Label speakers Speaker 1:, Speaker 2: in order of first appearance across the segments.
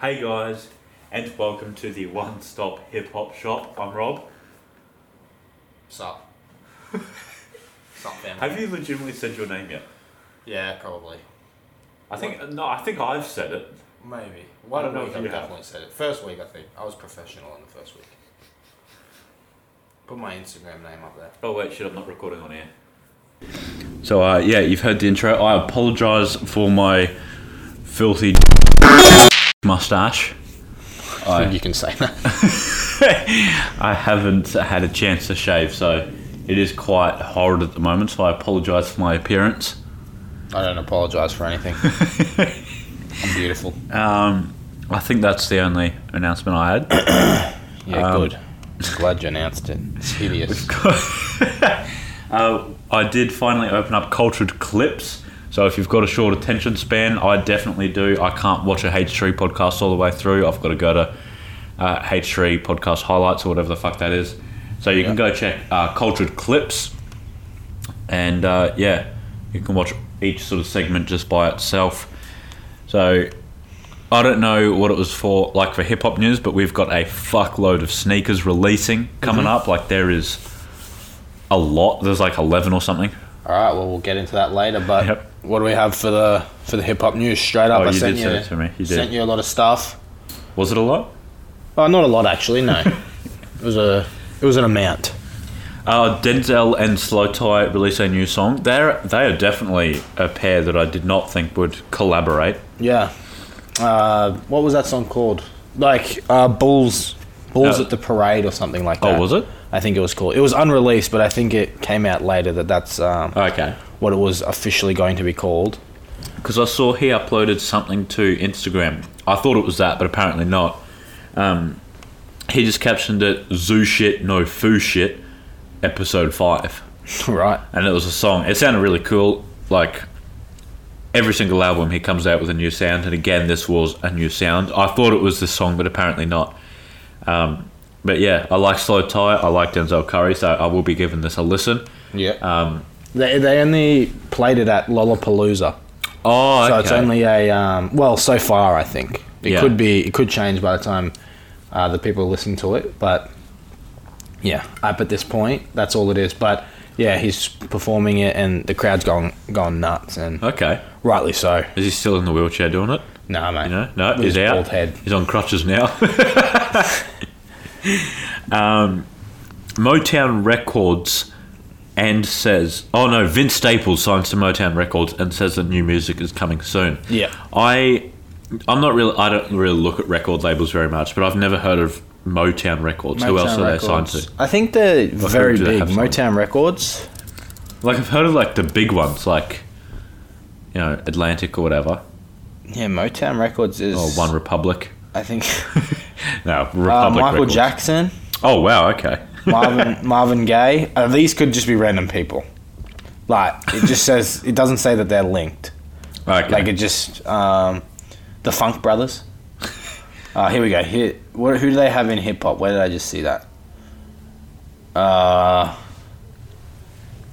Speaker 1: Hey guys, and welcome to the One Stop Hip Hop Shop. I'm Rob.
Speaker 2: Sup. Sup, fam.
Speaker 1: Have you legitimately said your name yet?
Speaker 2: Yeah, probably.
Speaker 1: I think no. I think I've said it.
Speaker 2: Maybe. One
Speaker 1: don't know
Speaker 2: week
Speaker 1: if
Speaker 2: I
Speaker 1: you have.
Speaker 2: definitely said it. First week, I think. I was professional in the first week. Put my Instagram name up there.
Speaker 1: Oh wait, shit! I'm not recording on air. So uh, yeah, you've heard the intro. I apologise for my filthy mustache. I
Speaker 2: You can say that.
Speaker 1: I haven't had a chance to shave, so it is quite horrid at the moment. So I apologise for my appearance.
Speaker 2: I don't apologise for anything. I'm beautiful.
Speaker 1: Um, I think that's the only announcement I had.
Speaker 2: Yeah,
Speaker 1: Um,
Speaker 2: good. Glad you announced it. It's hideous.
Speaker 1: uh, I did finally open up cultured clips. So if you've got a short attention span, I definitely do. I can't watch a H3 podcast all the way through. I've got to go to uh, H3 podcast highlights or whatever the fuck that is. So you can go check uh, cultured clips, and uh, yeah, you can watch each sort of segment just by itself. So I don't know what it was for, like for hip hop news, but we've got a fuckload of sneakers releasing coming up. Like there is a lot. There's like eleven or something.
Speaker 2: All right, well, we'll get into that later. But
Speaker 1: Yep.
Speaker 2: what do we have for the for the hip hop news? Straight up,
Speaker 1: Oh,
Speaker 2: I
Speaker 1: you
Speaker 2: sent
Speaker 1: did
Speaker 2: you
Speaker 1: send it to me. You did.
Speaker 2: sent you a lot of stuff.
Speaker 1: Was it a lot?
Speaker 2: Oh, not a lot actually. No, it was a it was an amount.
Speaker 1: Uh, Denzel and Slow Tie release a new song. They're they are definitely a pair that I did not think would collaborate.
Speaker 2: Yeah. Uh, what was that song called? Like uh, Bulls, Bulls
Speaker 1: Uh,
Speaker 2: at the Parade or something like
Speaker 1: Oh,
Speaker 2: that.
Speaker 1: was it?
Speaker 2: I think it was called. It was unreleased, but I think it came out later that that's um,
Speaker 1: Okay.
Speaker 2: what it was officially going to be called.
Speaker 1: because I saw he uploaded something to Instagram. I thought it was that, but apparently not. Um, he just captioned it "Zoo shit, no foo shit," episode five,
Speaker 2: right.
Speaker 1: and it was a song. It sounded really cool. Like every single album, he comes out with a new sound, and again, this was a new sound. I thought it was this song, but apparently not. Um, but yeah, I like Slow Tie. I like Denzel Curry, so I will be giving this a listen.
Speaker 2: Yeah.
Speaker 1: Um,
Speaker 2: they they only played it at Lollapalooza,
Speaker 1: oh,
Speaker 2: so
Speaker 1: okay.
Speaker 2: it's only a um, well so far I think it
Speaker 1: Yeah.
Speaker 2: could be it could change by the time uh, the people listen to it, but yeah, up at this point that's all it is. But yeah, he's performing it and the crowd's gone gone nuts and
Speaker 1: okay.
Speaker 2: Rightly so.
Speaker 1: Is he still in the wheelchair doing it?
Speaker 2: Nah, mate.
Speaker 1: You know, no,
Speaker 2: With
Speaker 1: he's
Speaker 2: his
Speaker 1: out.
Speaker 2: bald head.
Speaker 1: He's on crutches now. um, Motown Records and says, oh no, Vince Staples signs to Motown Records and says that new music is coming soon.
Speaker 2: Yeah.
Speaker 1: I, I'm not really. I don't really look at record labels very much, but I've never heard of Motown Records. Who else
Speaker 2: Motown
Speaker 1: are they signed
Speaker 2: Records.
Speaker 1: to?
Speaker 2: I think they're very
Speaker 1: do they
Speaker 2: big.
Speaker 1: have signed?
Speaker 2: Motown Records.
Speaker 1: Like I've heard of like the big ones, like you know Atlantic or whatever,
Speaker 2: Yeah, Motown Records is.
Speaker 1: or Oh, One Republic.
Speaker 2: I think.
Speaker 1: No, Republic.
Speaker 2: Uh, Michael
Speaker 1: Records.
Speaker 2: Jackson,
Speaker 1: Oh wow, okay.
Speaker 2: Marvin Marvin Gaye. Uh, these could just be random people. Like it just says it doesn't say that they're linked.
Speaker 1: Okay.
Speaker 2: Like it just um, the Funk Brothers. Uh, here we go. Here, what, who do they have in hip hop? Where did I just see that? Uh,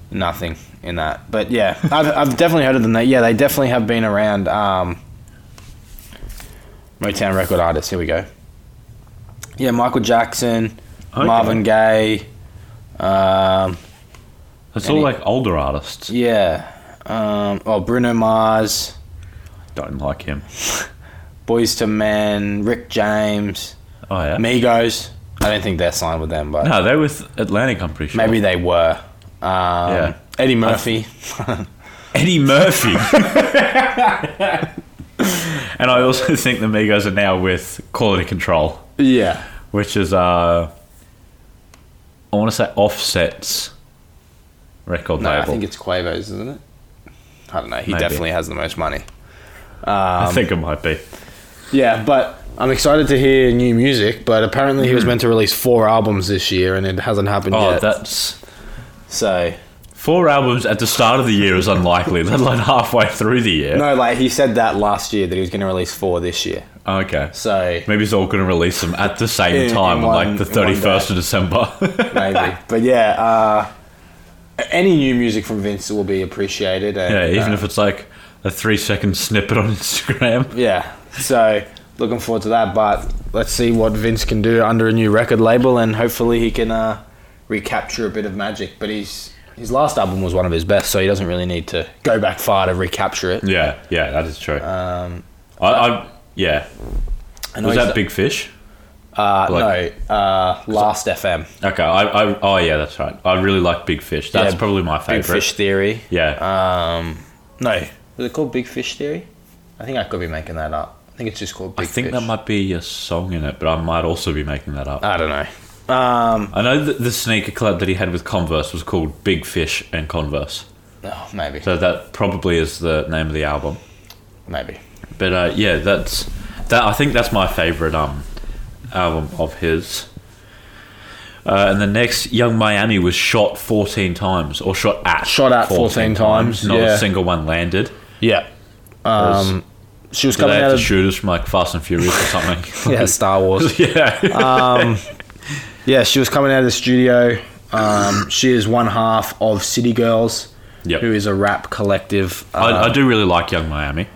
Speaker 2: nothing in that. But yeah, I've, I've definitely heard of them. They, yeah, they definitely have been around. Um, Motown record artists. Here we go. Yeah, Michael Jackson,
Speaker 1: Okay.
Speaker 2: Marvin Gaye. Um,
Speaker 1: It's all
Speaker 2: Any-
Speaker 1: like older artists.
Speaker 2: yeah. Um, oh, Bruno Mars.
Speaker 1: Don't like him.
Speaker 2: Boys to Men, Rick James,
Speaker 1: Oh yeah.
Speaker 2: Migos. I don't think they're signed with them, but
Speaker 1: No, they were with Atlantic. I'm pretty sure.
Speaker 2: maybe they were. Um,
Speaker 1: Yeah.
Speaker 2: Eddie Murphy.
Speaker 1: Eddie Murphy. and I also think the Migos are now with Quality Control,
Speaker 2: yeah.
Speaker 1: which is uh, I want to say Offset's record
Speaker 2: No, I
Speaker 1: label.
Speaker 2: think it's Quavo's, isn't it? I don't know. He
Speaker 1: Maybe.
Speaker 2: definitely has the most money. um,
Speaker 1: I think it might be.
Speaker 2: Yeah, but I'm excited to hear new music. But apparently, he was meant to release four albums this year, and it hasn't happened
Speaker 1: Oh,
Speaker 2: yet.
Speaker 1: that's
Speaker 2: so
Speaker 1: four albums at the start of the year is unlikely. let alone halfway through the year.
Speaker 2: no, like he said that last year that he was going to release four this year.
Speaker 1: Okay.
Speaker 2: So
Speaker 1: Maybe it's all going to release them at the same
Speaker 2: In- in
Speaker 1: time, on
Speaker 2: one-
Speaker 1: like the
Speaker 2: in one day.
Speaker 1: 31st of December.
Speaker 2: maybe. but yeah, uh, any new music from Vince will be appreciated. And,
Speaker 1: yeah, even
Speaker 2: uh,
Speaker 1: if it's like a three second snippet on Instagram.
Speaker 2: yeah. So looking forward to that. But let's see what Vince can do under a new record label, and hopefully he can uh, recapture a bit of magic. But he's his last album was one of his best, so he doesn't really need to go back far to recapture it.
Speaker 1: Yeah, yeah, that is true. Um, I, I, yeah.
Speaker 2: I know
Speaker 1: Was
Speaker 2: he's-
Speaker 1: that Big Fish?
Speaker 2: Uh,
Speaker 1: like-
Speaker 2: no, uh, Last FM.
Speaker 1: Okay, I, I, oh yeah, that's right. I really like Big Fish. That's
Speaker 2: Yeah,
Speaker 1: probably my favorite.
Speaker 2: Big Fish Theory.
Speaker 1: Yeah,
Speaker 2: Um, no, was it called Big Fish Theory? I think I could be making that up. I think it's just called
Speaker 1: I
Speaker 2: Big Fish. Uh,
Speaker 1: think that might be a song in it, but I might also be making that up.
Speaker 2: I don't know. Um,
Speaker 1: I know that the sneaker collab that he had with Converse was called Big Fish and Converse.
Speaker 2: oh, maybe,
Speaker 1: So that probably is the name of the album.
Speaker 2: maybe.
Speaker 1: But uh, yeah, that's that. I think that's my favorite um album of his. Uh, and the next, Young Miami was shot 14 times, or shot at
Speaker 2: Shot at 14 times,
Speaker 1: Not
Speaker 2: yeah.
Speaker 1: a single one landed.
Speaker 2: Yeah. Um, she was
Speaker 1: Did they
Speaker 2: coming
Speaker 1: have
Speaker 2: out
Speaker 1: to
Speaker 2: of
Speaker 1: shoot us from like Fast and Furious or something?
Speaker 2: yeah Star Wars.
Speaker 1: yeah.
Speaker 2: Uh, Yeah, she was coming out of the studio. Um, she is one half of City Girls,
Speaker 1: Yep.
Speaker 2: who is a rap collective. Uh, I,
Speaker 1: I, I do really like Young Miami.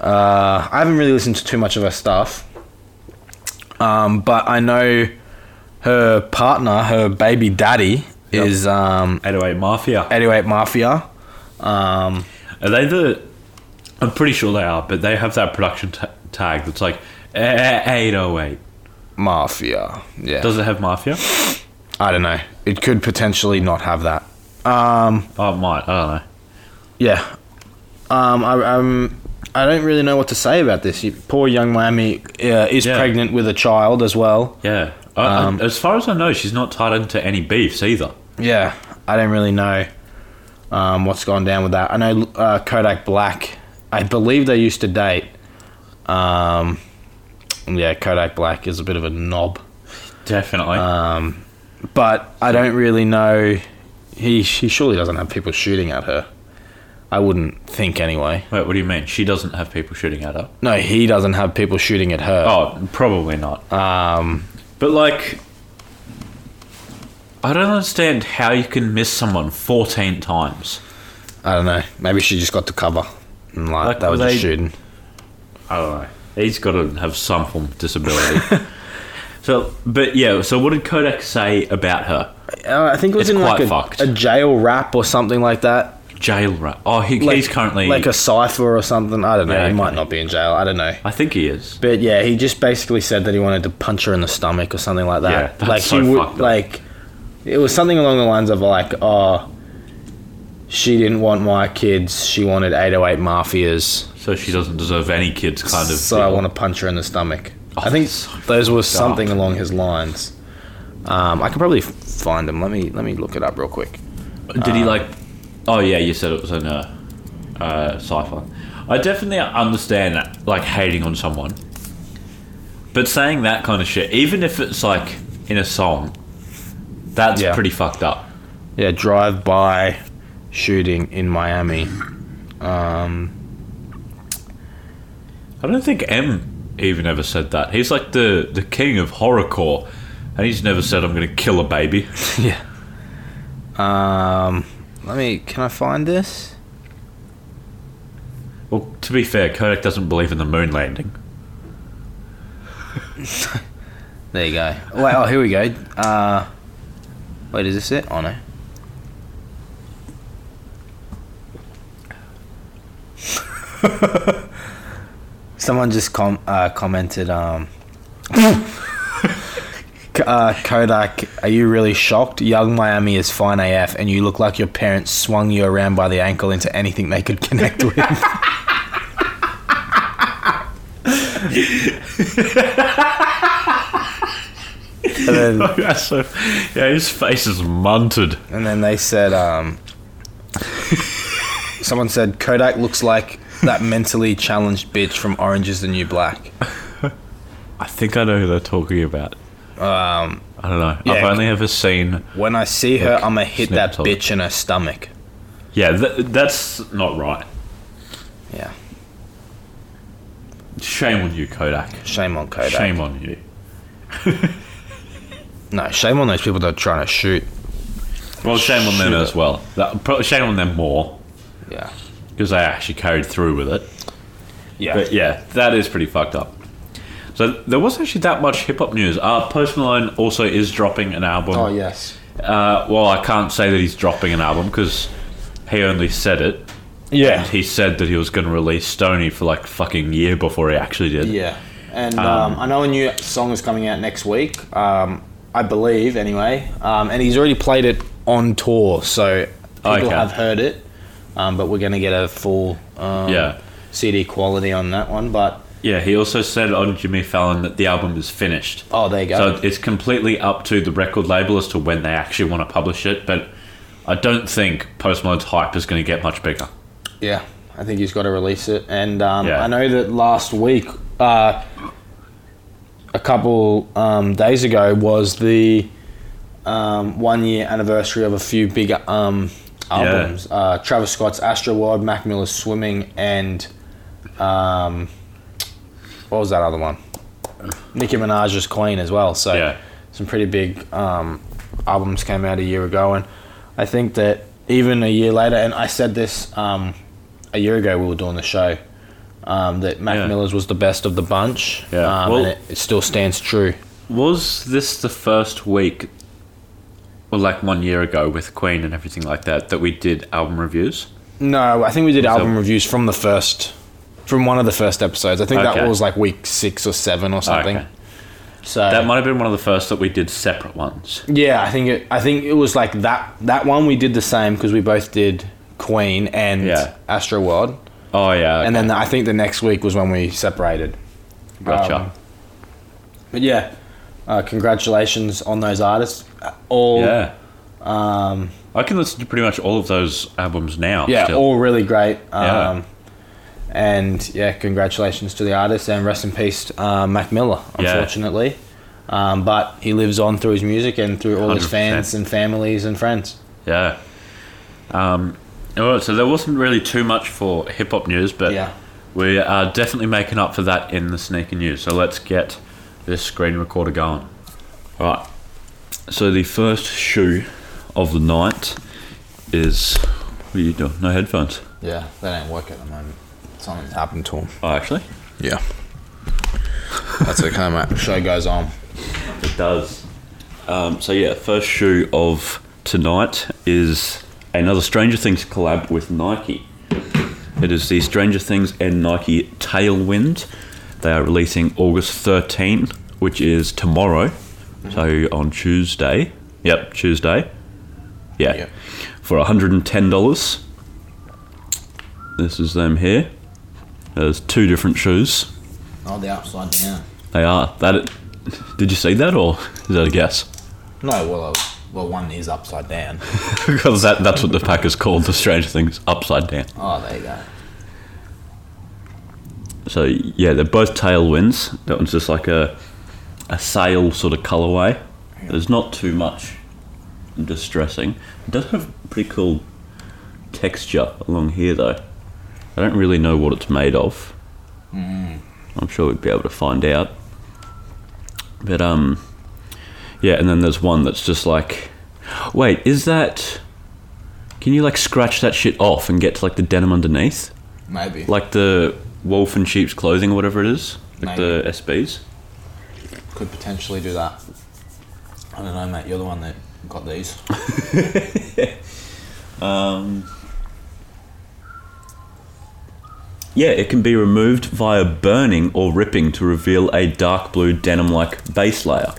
Speaker 2: haven't really listened to too much of her stuff, um, but I know her partner, her baby daddy,
Speaker 1: Yep.
Speaker 2: is um,
Speaker 1: 808 Mafia.
Speaker 2: 88 Mafia. Um,
Speaker 1: Are they the? I'm pretty sure they are, but they have that production ta tag that's like eh, eh, 808.
Speaker 2: Mafia. Yeah.
Speaker 1: Does it have Mafia?
Speaker 2: I don't know. It could potentially not have that. Um,
Speaker 1: Oh, it might. I don't know.
Speaker 2: Yeah. Um, I, um, I don't really know what to say about this. You- Poor young Miami uh, is
Speaker 1: Yeah.
Speaker 2: pregnant with a child as well.
Speaker 1: Yeah. I-
Speaker 2: Um,
Speaker 1: I, as far as I know, she's not tied into any beefs either.
Speaker 2: Yeah. I don't really know um, what's gone down with that. I know uh, Kodak Black, I believe they used to date. Um, yeah, Kodak Black is a bit of a knob.
Speaker 1: Definitely.
Speaker 2: Uh, But I don't really know. He, he surely doesn't have people shooting at her. I wouldn't think anyway.
Speaker 1: Wait, what do you mean? She doesn't have people shooting at her?
Speaker 2: No, he doesn't have people shooting at her.
Speaker 1: Oh, probably not.
Speaker 2: Um,
Speaker 1: But like, I don't understand how you can miss someone 14 times.
Speaker 2: I don't know. Maybe she just got to cover. And like,
Speaker 1: Like,
Speaker 2: that was
Speaker 1: they-
Speaker 2: a shooting.
Speaker 1: I don't know. He's got to have some form of disability. so, but yeah. So, what did Kodak say about her?
Speaker 2: Uh, I think it was
Speaker 1: It's
Speaker 2: in like
Speaker 1: quite
Speaker 2: a,
Speaker 1: fucked.
Speaker 2: a jail rap or something like that.
Speaker 1: Jail rat. Oh, he,
Speaker 2: Like,
Speaker 1: he's currently.
Speaker 2: like a cipher or something. I don't know.
Speaker 1: Yeah,
Speaker 2: he might
Speaker 1: okay.
Speaker 2: not be in jail. I don't know.
Speaker 1: I think he is.
Speaker 2: But yeah, he just basically said that he wanted to punch her in the stomach or something like that.
Speaker 1: Yeah, that's
Speaker 2: like
Speaker 1: so
Speaker 2: he would
Speaker 1: fucked up.
Speaker 2: like it was something along the lines of like, oh, she didn't want my kids. She wanted 808 mafias.
Speaker 1: So she doesn't deserve any kids, kind of.
Speaker 2: so I want to punch her in the stomach. I think
Speaker 1: that's so
Speaker 2: those were
Speaker 1: up.
Speaker 2: something along his lines. Um, I could probably f- find them. Let me let me look it up real quick.
Speaker 1: Did he like? Oh yeah, you said it was in a uh, cipher. I definitely understand that, like hating on someone, but saying that kind of shit, even if it's like in a song, that's
Speaker 2: Yeah.
Speaker 1: pretty fucked up.
Speaker 2: Yeah, drive by shooting in Miami.
Speaker 1: I don't think M even ever said that. He's like the the king of horrorcore, and he's never said I'm gonna kill a baby.
Speaker 2: yeah. Um, let me. Can I find this?
Speaker 1: well, to be fair, Kodak doesn't believe in the moon landing.
Speaker 2: There you go. Wait. Oh, here we go. Uh, wait. Is this it? Oh no. Someone just com- uh, commented. Um, K- uh, Kodak, are you really shocked? Young Miami is fine AF, and you look like your parents swung you around by the ankle into anything they could connect with. and then
Speaker 1: That's so, yeah, his face is munted.
Speaker 2: And then they said, um, someone said Kodak looks like that mentally challenged bitch from Orange is the New Black.
Speaker 1: I think I know who they're talking about.
Speaker 2: Um,
Speaker 1: I don't know. I've
Speaker 2: Yeah.
Speaker 1: only ever seen.
Speaker 2: when I see her,
Speaker 1: Look,
Speaker 2: I'm gonna hit that
Speaker 1: snippet of it.
Speaker 2: bitch in her stomach.
Speaker 1: Yeah, th- that's not right.
Speaker 2: Yeah,
Speaker 1: Shame on you, Kodak.
Speaker 2: shame on Kodak.
Speaker 1: Shame on you.
Speaker 2: No, shame on those people that are trying to shoot.
Speaker 1: Well, shame on them
Speaker 2: Shoot.
Speaker 1: as well. That, pro- shame on them more
Speaker 2: Yeah,
Speaker 1: because they actually carried through with it.
Speaker 2: yeah.
Speaker 1: But yeah, that is pretty fucked up. So there wasn't actually that much hip hop news. Uh, Post Malone also is dropping an album.
Speaker 2: Oh yes,
Speaker 1: Uh, well, I can't say that he's dropping an album because he only said it.
Speaker 2: yeah,
Speaker 1: He said that he was going to release Stony for like fucking year before he actually did.
Speaker 2: yeah. And um, I know a new song is coming out next week. Um, I believe anyway. Um, and he's already played it on tour, so people
Speaker 1: Okay.
Speaker 2: have heard it. Um, but we're gonna get a full um,
Speaker 1: Yeah.
Speaker 2: CD quality on that one. But
Speaker 1: Yeah, he also said on Jimmy Fallon that the album is finished.
Speaker 2: oh, there you go.
Speaker 1: So it's completely up to the record label as to when they actually want to publish it, but I don't think Post Malone's hype is going to get much bigger.
Speaker 2: Yeah, I think he's got to release it. And um,
Speaker 1: Yeah.
Speaker 2: I know that last week, uh, a couple um, days ago, was the um, one year anniversary of a few big um, albums uh, Travis Scott's Astroworld, Mac Miller's Swimming, and um, what was that other one? Nicki Minaj's Queen as well. So
Speaker 1: Yeah.
Speaker 2: some pretty big um, albums came out a year ago, and I think that even a year later, and I said this um, a year ago, we were doing the show um, that Mac
Speaker 1: Yeah.
Speaker 2: Miller's was the best of the bunch.
Speaker 1: Yeah.
Speaker 2: um,
Speaker 1: Well-
Speaker 2: and it, it still stands true.
Speaker 1: Was this the first week, or like one year ago with Queen and everything like that, that we did album reviews?
Speaker 2: No, I think we did album reviews from the first, from one of the first episodes. I think
Speaker 1: Okay.
Speaker 2: that was like week six or seven or something.
Speaker 1: Okay.
Speaker 2: So
Speaker 1: That might have been one of the first that we did separate ones.
Speaker 2: Yeah, I think it. I think it was like that. That one we did the same because we both did Queen and
Speaker 1: Yeah.
Speaker 2: Astro World,
Speaker 1: Oh, yeah.
Speaker 2: and then I think the next week was when we separated.
Speaker 1: gotcha.
Speaker 2: um, But yeah, uh, congratulations on those artists. Uh, All yeah,
Speaker 1: yeah. Um, I can listen to pretty much all of those albums now. still.
Speaker 2: all really great.
Speaker 1: Yeah.
Speaker 2: Um, And yeah, congratulations to the artists and rest in peace, uh, Mac Miller.
Speaker 1: Yeah.
Speaker 2: Unfortunately, um, but he lives on through his music and through all his
Speaker 1: 100%.
Speaker 2: fans and families and friends.
Speaker 1: Yeah. Um, all right, so there wasn't really too much for hip hop news, but
Speaker 2: Yeah.
Speaker 1: we are definitely making up for that in the sneaker news. So let's get this screen recorder going. All right. So the first shoe of the night is. What are you doing? No headphones.
Speaker 2: Yeah, they don't work at the moment. Something's happened to them.
Speaker 1: Oh, actually,
Speaker 2: Yeah. That's okay, mate. Show goes on.
Speaker 1: it does. Um, so yeah, first shoe of tonight is another Stranger Things collab with Nike. It is the Stranger Things and Nike Tailwind. They are releasing August 13, which is tomorrow. So on Tuesday. Yep, Tuesday. Yeah.
Speaker 2: Yep.
Speaker 1: For $110. This is them here. There's two different shoes.
Speaker 2: Oh, the upside down.
Speaker 1: They are. That Did you see that or is that a guess?
Speaker 2: No, well, uh, well, one is upside down.
Speaker 1: Because that, that's what the pack is called, the Stranger Things Upside Down.
Speaker 2: Oh, there you go.
Speaker 1: So yeah, they're both tailwinds. That one's just like a a sail sort of colorway. There's not too much distressing. It does have pretty cool texture along here though. I don't really know what it's made of. I'm sure we'd be able to find out. But um, yeah, and then there's one that's just like, wait, is that? Can you like scratch that shit off and get to like the denim underneath?
Speaker 2: Maybe.
Speaker 1: like the wolf and sheep's clothing or whatever it is, like
Speaker 2: Maybe.
Speaker 1: the SBs.
Speaker 2: Could potentially do that. I don't know, mate. You're the one that got these.
Speaker 1: Yeah, it can be removed via burning or ripping to reveal a dark blue denim-like base layer.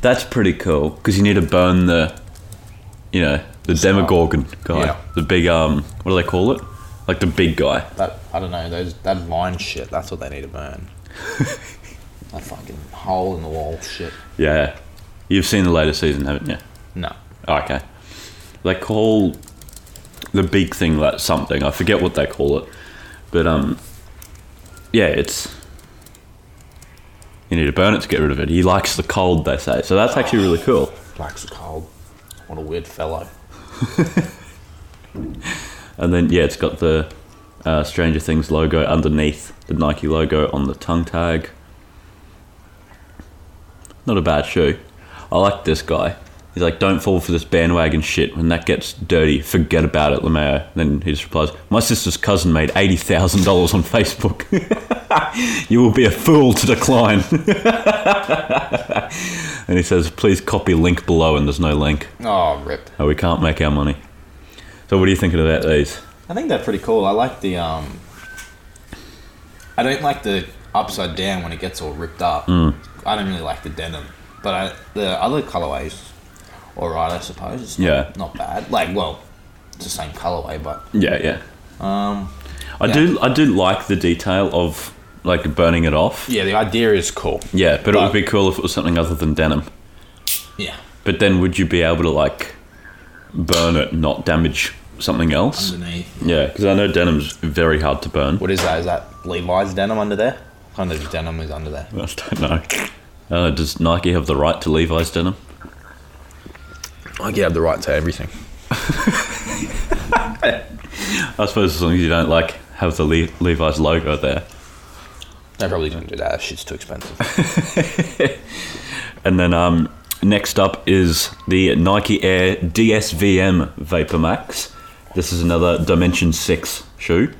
Speaker 1: That's pretty cool because you need to burn the, you know, the Demogorgon guy,
Speaker 2: Yeah.
Speaker 1: the big um, what do they call it? Like the big guy.
Speaker 2: That I don't know. Those that vine shit. That's what they need to burn. that fucking hole in the wall shit.
Speaker 1: Yeah, you've seen the latest season, haven't you?
Speaker 2: No.
Speaker 1: Oh, Okay. They call the big thing that something. I forget what they call it. But um yeah, it's you need to burn it to get rid of it. He likes the cold, they say. So that's actually really cool.
Speaker 2: Likes the cold. What a weird fellow.
Speaker 1: And then yeah, it's got the uh, Stranger Things logo underneath the Nike logo on the tongue tag. Not a bad shoe. I like this guy. He's like, don't fall for this bandwagon shit. When that gets dirty, forget about it, Lemayo. Then he just replies, my sister's cousin made eighty thousand dollars on Facebook. you will be a fool to decline. and he says, please copy link below, and there's no link.
Speaker 2: Oh, rip.
Speaker 1: Oh, we can't make our money. So, what are you thinking about these?
Speaker 2: I think they're pretty cool. I like the um. I don't like the upside down when it gets all ripped up. I don't really like the denim, but I, the other colorways, all right, I suppose. It's not,
Speaker 1: Yeah.
Speaker 2: not bad. Like, well, it's the same colorway, but
Speaker 1: Yeah, yeah.
Speaker 2: um,
Speaker 1: I
Speaker 2: Yeah.
Speaker 1: do, I do like the detail of like burning it off.
Speaker 2: yeah, the idea is cool.
Speaker 1: Yeah, but, it would
Speaker 2: But-
Speaker 1: be cool if it was something other than denim.
Speaker 2: Yeah,
Speaker 1: But then, would you be able to like burn it, not damage something else?
Speaker 2: underneath.
Speaker 1: Yeah, because I know denim's very hard to burn.
Speaker 2: What is that? Is that Levi's denim under there? Kind of denim is under there.
Speaker 1: I don't know. Uh, does Nike have the right to Levi's denim?
Speaker 2: I have the right to everything.
Speaker 1: I suppose as long as you don't like have the Le- Levi's logo there.
Speaker 2: I probably don't do that. that shit's too expensive.
Speaker 1: And then um, next up is the Nike Air DSVM Vapor Max. This is another Dimension 6 shoe.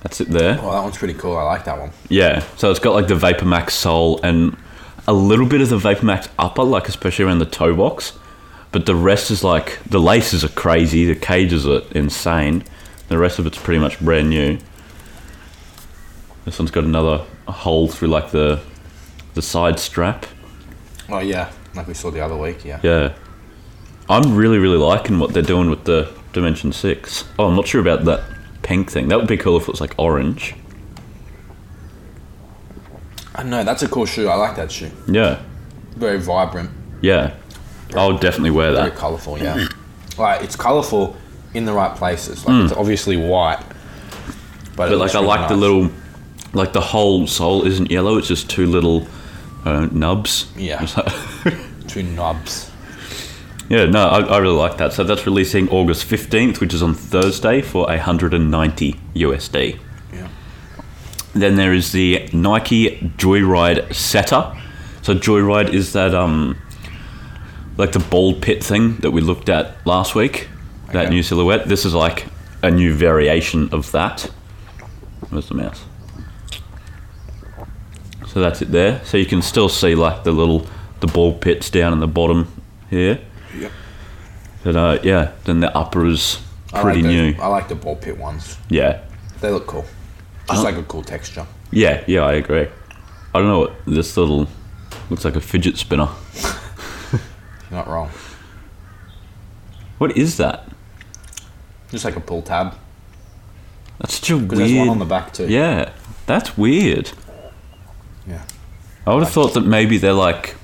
Speaker 1: That's it there.
Speaker 2: oh, that one's pretty cool. I like that one.
Speaker 1: Yeah, so it's got like the Vapor Max sole and a little bit of the Vapor Max upper, like especially around the toe box. But the rest is like the laces are crazy, the cages are insane. The rest of it's pretty much brand new. This one's got another hole through like the the side strap.
Speaker 2: Oh yeah, like we saw the other week. Yeah.
Speaker 1: Yeah. I'm really, really liking what they're doing with the Dimension 6. Oh, I'm not sure about that pink thing. That would be cool if it was like orange.
Speaker 2: I know that's a cool shoe. I like that shoe.
Speaker 1: Yeah.
Speaker 2: Very vibrant,
Speaker 1: Yeah. I would definitely wear
Speaker 2: very
Speaker 1: that.
Speaker 2: colourful. Yeah. like it's colourful in the right places. Like it's obviously white, but, it
Speaker 1: Hmm. But like
Speaker 2: looks
Speaker 1: I
Speaker 2: really
Speaker 1: like the
Speaker 2: nice.
Speaker 1: little, like the whole sole isn't yellow. It's just two little uh, nubs.
Speaker 2: Yeah.
Speaker 1: It's like-
Speaker 2: two knobs.
Speaker 1: yeah. No, I, I really like that. So that's releasing August fifteenth, which is on Thursday, for hundred and ninety USD.
Speaker 2: Yeah.
Speaker 1: Then there is the Nike Joyride Setter. So Joyride is that um, like the ball pit thing that we looked at last week. That
Speaker 2: Okay.
Speaker 1: new silhouette. This is like a new variation of that. Where's the mouse? So that's it there. So you can still see like the little the ball pits down in the bottom here.
Speaker 2: Yep.
Speaker 1: But uh, yeah, then the upper is
Speaker 2: I
Speaker 1: pretty
Speaker 2: like
Speaker 1: new.
Speaker 2: The, I like the ball pit ones.
Speaker 1: Yeah.
Speaker 2: They look cool. Just like a cool texture.
Speaker 1: Yeah, yeah, I agree. I don't know what this little looks like a fidget spinner.
Speaker 2: You're not wrong.
Speaker 1: What is that?
Speaker 2: Just like a pull tab.
Speaker 1: That's such a
Speaker 2: Because there's one on
Speaker 1: weird.
Speaker 2: the back too.
Speaker 1: yeah, that's weird.
Speaker 2: Yeah.
Speaker 1: I would have thought that maybe they're like,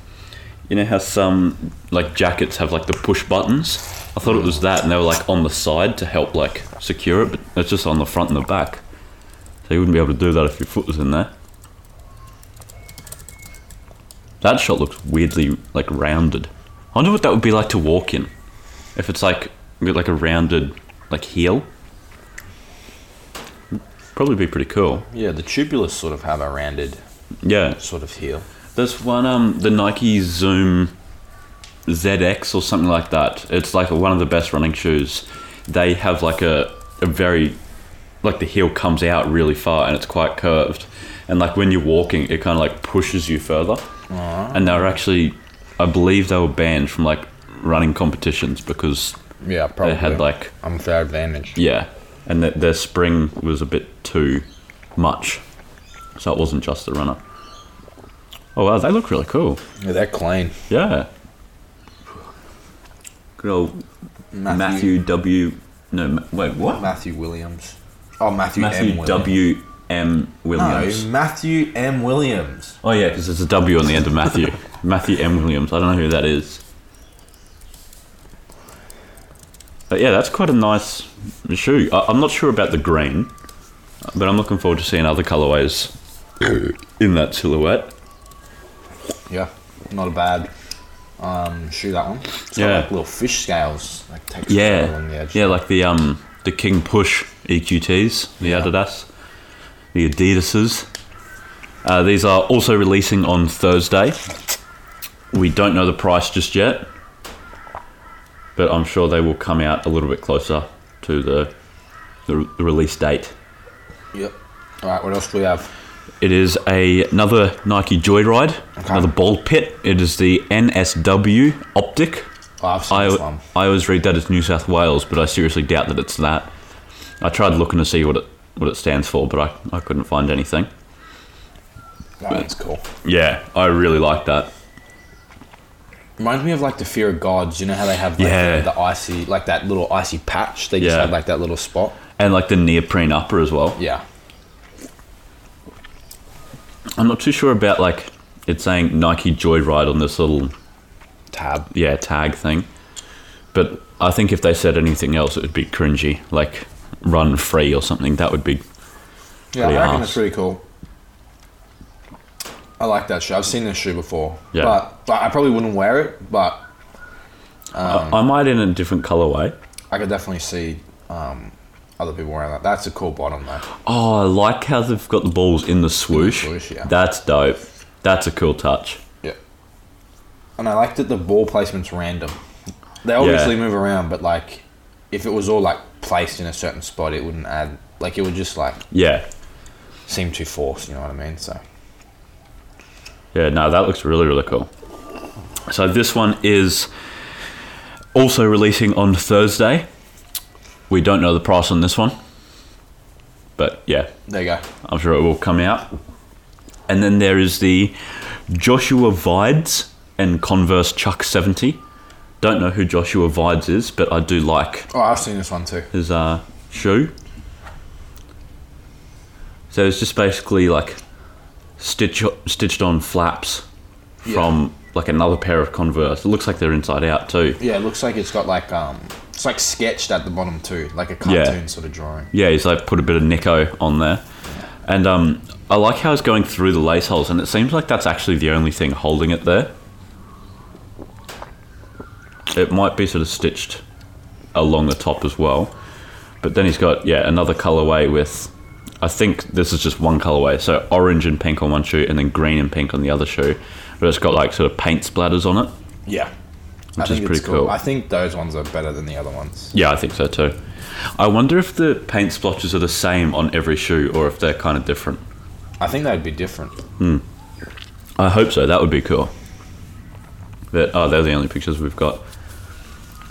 Speaker 1: you know how some like jackets have like the push buttons. I thought it was that, and they were like on the side to help like secure it, but it's just on the front and the back. So you wouldn't be able to do that if your foot was in there. That shot looks weirdly like rounded. I wonder what that would be like to walk in, if it's like got like a rounded like heel. Probably be pretty cool.
Speaker 2: Yeah, the tubulars sort of have a rounded
Speaker 1: Yeah.
Speaker 2: sort of heel.
Speaker 1: There's one, um, the Nike Zoom ZX or something like that. It's like one of the best running shoes. They have like a, a very, like the heel comes out really far and it's quite curved. And like when you're walking, it kind of like pushes you further. And they're actually, I believe they were banned from like running competitions because
Speaker 2: Yeah, probably.
Speaker 1: they had like,
Speaker 2: unfair advantage.
Speaker 1: yeah, and that their spring was a bit too much. So it wasn't just the runner. Oh wow, they look really cool.
Speaker 2: Yeah, they're clean.
Speaker 1: Yeah. Good old Matthew, W. No, Ma- wait, what?
Speaker 2: Matthew Williams. Oh, Matthew,
Speaker 1: Matthew
Speaker 2: M. Williams.
Speaker 1: W. M. Williams.
Speaker 2: No, Matthew M. Williams.
Speaker 1: Oh yeah, because there's a W on the end of Matthew. Matthew M. Williams. I don't know who that is. But yeah, that's quite a nice shoe. I- I'm not sure about the green, but I'm looking forward to seeing other colorways in that silhouette.
Speaker 2: Yeah, not a bad um, shoe that one. It's got,
Speaker 1: Yeah.
Speaker 2: like little fish scales, like textures along the
Speaker 1: Yeah,
Speaker 2: edge.
Speaker 1: yeah, like the um the King Push EQTs, the
Speaker 2: Yeah.
Speaker 1: Adidas, the Adidases. Uh, these are also releasing on Thursday. We don't know the price just yet, but I'm sure they will come out a little bit closer to the the, the release date.
Speaker 2: Yep. All right, what else do we have?
Speaker 1: It is a, another Nike Joyride, another ball pit. It is the NSW Optic.
Speaker 2: Oh, I've seen
Speaker 1: I,
Speaker 2: this one.
Speaker 1: I always read that as New South Wales, but I seriously doubt that it's that. I tried looking to see what it what it stands for, but I, I couldn't find anything.
Speaker 2: That one's cool.
Speaker 1: Yeah, I really like that.
Speaker 2: Reminds me of like the Fear of Gods. You know how they have like
Speaker 1: Yeah.
Speaker 2: the, the icy, like that little icy patch. They just
Speaker 1: Yeah.
Speaker 2: have like that little spot.
Speaker 1: And like the neoprene upper as well.
Speaker 2: Yeah.
Speaker 1: I'm not too sure about like it saying Nike Joyride on this little
Speaker 2: Tab.
Speaker 1: yeah tag thing, but I think if they said anything else, it would be cringy, like run free or something. That would be
Speaker 2: Yeah,
Speaker 1: Pretty
Speaker 2: I reckon
Speaker 1: nice.
Speaker 2: it's pretty cool. I like that shoe. I've seen this shoe before.
Speaker 1: Yeah.
Speaker 2: But, but I probably wouldn't wear it, but
Speaker 1: I, I might in a different colorway.
Speaker 2: I could definitely see um, other people wearing that. That's a cool bottom though.
Speaker 1: Oh, I like how they've got the balls in the swoosh.
Speaker 2: swoosh, yeah.
Speaker 1: That's dope. That's a cool touch.
Speaker 2: Yeah. And I like that the ball placement's random. They obviously move around, but like if it was all like placed in a certain spot, it wouldn't add. Like it would just like
Speaker 1: Yeah.
Speaker 2: seem too forced. You know what I mean? So
Speaker 1: Yeah, no, that looks really, really cool. So this one is also releasing on Thursday. We don't know the price on this one. But yeah,
Speaker 2: there you go.
Speaker 1: I'm sure it will come out. And then there is the Joshua Vides and Converse Chuck 70. Don't know who Joshua Vides is, but I do like
Speaker 2: Oh, I've seen this one too.
Speaker 1: his uh, shoe. So it's just basically like stitch, stitched on flaps
Speaker 2: Yeah.
Speaker 1: from like another pair of Converse. It looks like they're inside out too.
Speaker 2: Yeah, it looks like it's got like um, it's like sketched at the bottom too, like a
Speaker 1: Yeah.
Speaker 2: cartoon sort of drawing.
Speaker 1: Yeah, he's like put a bit of Nico on there. And um, I like how it's going through the lace holes, and it seems like that's actually the only thing holding it there. It might be sort of stitched along the top as well. But then he's got, yeah, another colorway with, I think this is just one colorway. So orange and pink on one shoe, and then green and pink on the other shoe. But it's got like sort of paint splatters on it.
Speaker 2: Yeah,
Speaker 1: Which is pretty cool.
Speaker 2: I think those ones are better than the other ones.
Speaker 1: Yeah, I think so too. I wonder if the paint splotches are the same on every shoe or if they're kind of different.
Speaker 2: I think they'd be different.
Speaker 1: I hope so. That would be cool. But oh, they're the only pictures we've got.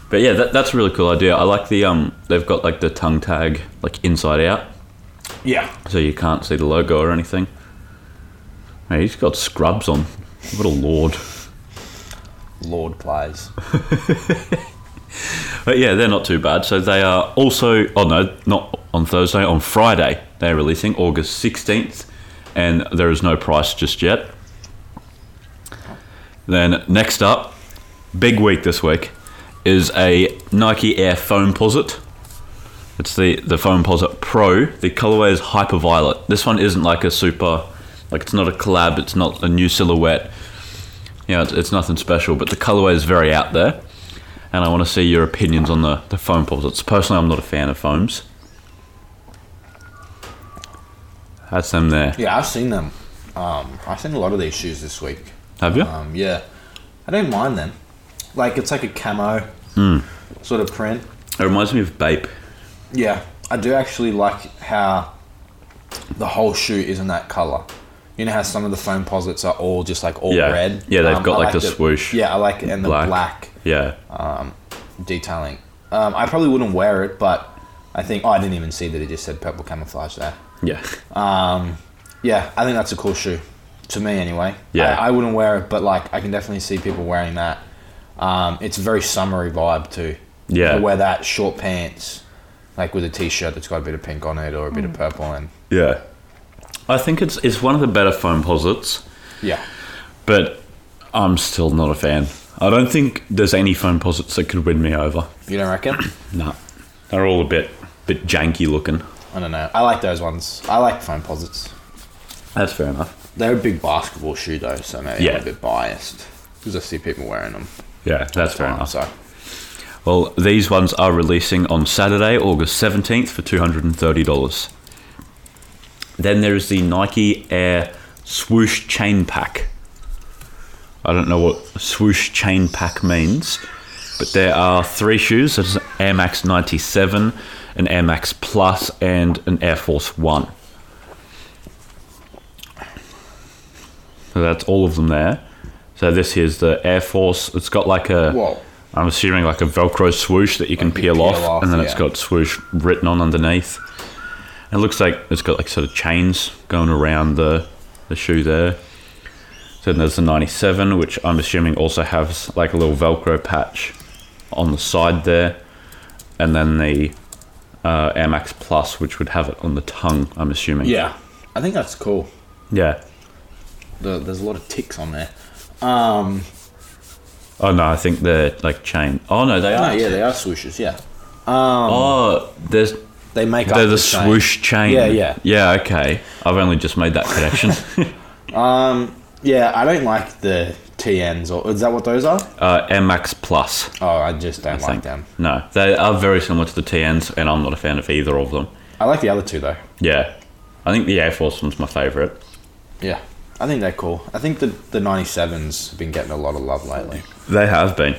Speaker 1: But yeah, that, that's a really cool idea. I like the um, they've got like the tongue tag like inside out,
Speaker 2: Yeah,
Speaker 1: so you can't see the logo or anything. Hey, he's got scrubs on. What a lord.
Speaker 2: Lord plays.
Speaker 1: But yeah, they're not too bad. So they are also, oh no, not on Thursday, on Friday, they're releasing August 16th, and there is no price just yet. Then next up, big week this week, is a Nike Air Foam Posit. It's the, the Foam Posit Pro. The colorway is Hyperviolet. This one isn't like a super, like it's not a collab, it's not a new silhouette. You know, it's, it's nothing special, but the colorway is very out there and I want to see your opinions on the, the foam posits. Personally, I'm not a fan of foams. That's them there.
Speaker 2: Yeah, I've seen them. Um, I've seen a lot of these shoes this week.
Speaker 1: Have you?
Speaker 2: Um, yeah, I don't mind them. Like it's like a camo
Speaker 1: Hmm.
Speaker 2: sort of print.
Speaker 1: It reminds me of Bape.
Speaker 2: Yeah, I do actually like how the whole shoe is in that color. You know how some of the foam posits are all just like all
Speaker 1: Yeah.
Speaker 2: red.
Speaker 1: Yeah, they've
Speaker 2: Um,
Speaker 1: got,
Speaker 2: I
Speaker 1: like, the swoosh,
Speaker 2: Yeah, I like it and the
Speaker 1: black.
Speaker 2: black,
Speaker 1: Yeah.
Speaker 2: detailing. Um, I probably wouldn't wear it, but I think oh, I didn't even see that it just said purple camouflage there.
Speaker 1: Yeah.
Speaker 2: Yeah, I think that's a cool shoe. To me, anyway.
Speaker 1: Yeah.
Speaker 2: I, I wouldn't wear it, but like I can definitely see people wearing that. Um, it's a very summery vibe too.
Speaker 1: Yeah.
Speaker 2: People wear that short pants, like with a t-shirt that's got a bit of pink on it or a bit of purple, and
Speaker 1: Yeah. I think it's it's one of the better foam posits,
Speaker 2: yeah,
Speaker 1: but I'm still not a fan. I don't think there's any foam posits that could win me over.
Speaker 2: you don't reckon?
Speaker 1: Nah. They're all a bit bit janky looking.
Speaker 2: I don't know. I like those ones. I like foam posits.
Speaker 1: That's fair enough.
Speaker 2: They're a big basketball shoe though, so maybe
Speaker 1: Yeah.
Speaker 2: I'm a bit biased because I see people wearing them.
Speaker 1: Yeah, that's fair
Speaker 2: Um,
Speaker 1: enough.
Speaker 2: So
Speaker 1: Well, these ones are releasing on Saturday, August 17th for $230. Then there is the Nike Air Swoosh Chain Pack. I don't know what swoosh chain pack means, but there are three shoes. There's an Air Max 97, an Air Max Plus, and an Air Force One. So that's all of them there. So this here's the Air Force. It's got like a
Speaker 2: Whoa.
Speaker 1: am assuming like a Velcro swoosh that you can
Speaker 2: Like you
Speaker 1: peel,
Speaker 2: peel
Speaker 1: off,
Speaker 2: off,
Speaker 1: and then it's
Speaker 2: yeah.
Speaker 1: got swoosh written on underneath. And it looks like it's got like sort of chains going around the the shoe there. So then there's the 97, which I'm assuming also has like a little Velcro patch on the side there, and then the uh, Air Max Plus, which would have it on the tongue. I'm assuming.
Speaker 2: Yeah, I think that's cool.
Speaker 1: Yeah.
Speaker 2: The, there's a lot of ticks on there. Um,
Speaker 1: Oh no, I think they're like chain. Oh no, they
Speaker 2: oh,
Speaker 1: are.
Speaker 2: yeah, they are swooshes. Yeah,
Speaker 1: Oh, there's
Speaker 2: they make up
Speaker 1: They're the
Speaker 2: chain.
Speaker 1: swoosh chain.
Speaker 2: Yeah, yeah.
Speaker 1: Yeah, okay. I've only just made that connection.
Speaker 2: Yeah, I don't like the TNs. Or is that what those are?
Speaker 1: uh, Air Max Plus.
Speaker 2: Oh, I just don't
Speaker 1: I
Speaker 2: like
Speaker 1: think.
Speaker 2: them.
Speaker 1: No, they are very similar to the TNs, and I'm not a fan of either of them.
Speaker 2: I like the other two though.
Speaker 1: Yeah. I think the Air Force one's my favourite.
Speaker 2: Yeah, I think they're cool. I think the the 97s have been getting a lot of love lately.
Speaker 1: They have been.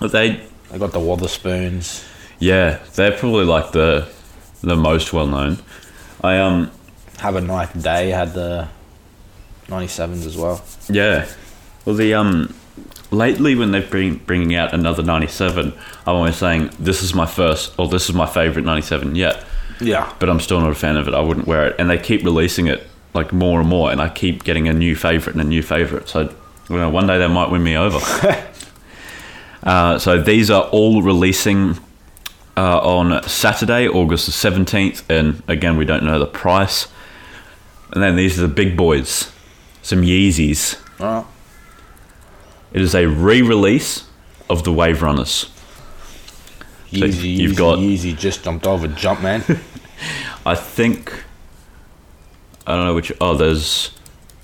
Speaker 1: But they,
Speaker 2: They got the Wotherspoons.
Speaker 1: yeah, they're probably like the the most well known. I, um,
Speaker 2: Have a night day had the 97s as well.
Speaker 1: Yeah. Well, the um, lately when they've been bringing out another '97, I'm always saying this is my first or this is my favorite '97 yet.
Speaker 2: Yeah.
Speaker 1: But I'm still not a fan of it. I wouldn't wear it, and they keep releasing it like more and more, and I keep getting a new favorite and a new favorite. So, you know, one day they might win me over. uh, so these are all releasing. Uh, on Saturday, August the 17th, and again, we don't know the price. And then these are the big boys, some Yeezys.
Speaker 2: Alright.
Speaker 1: It is a re-release of the Wave Runners. So
Speaker 2: Easy,
Speaker 1: you've
Speaker 2: easy,
Speaker 1: got-
Speaker 2: easy. Just jumped over, jump man.
Speaker 1: I think I don't know which. Oh, there's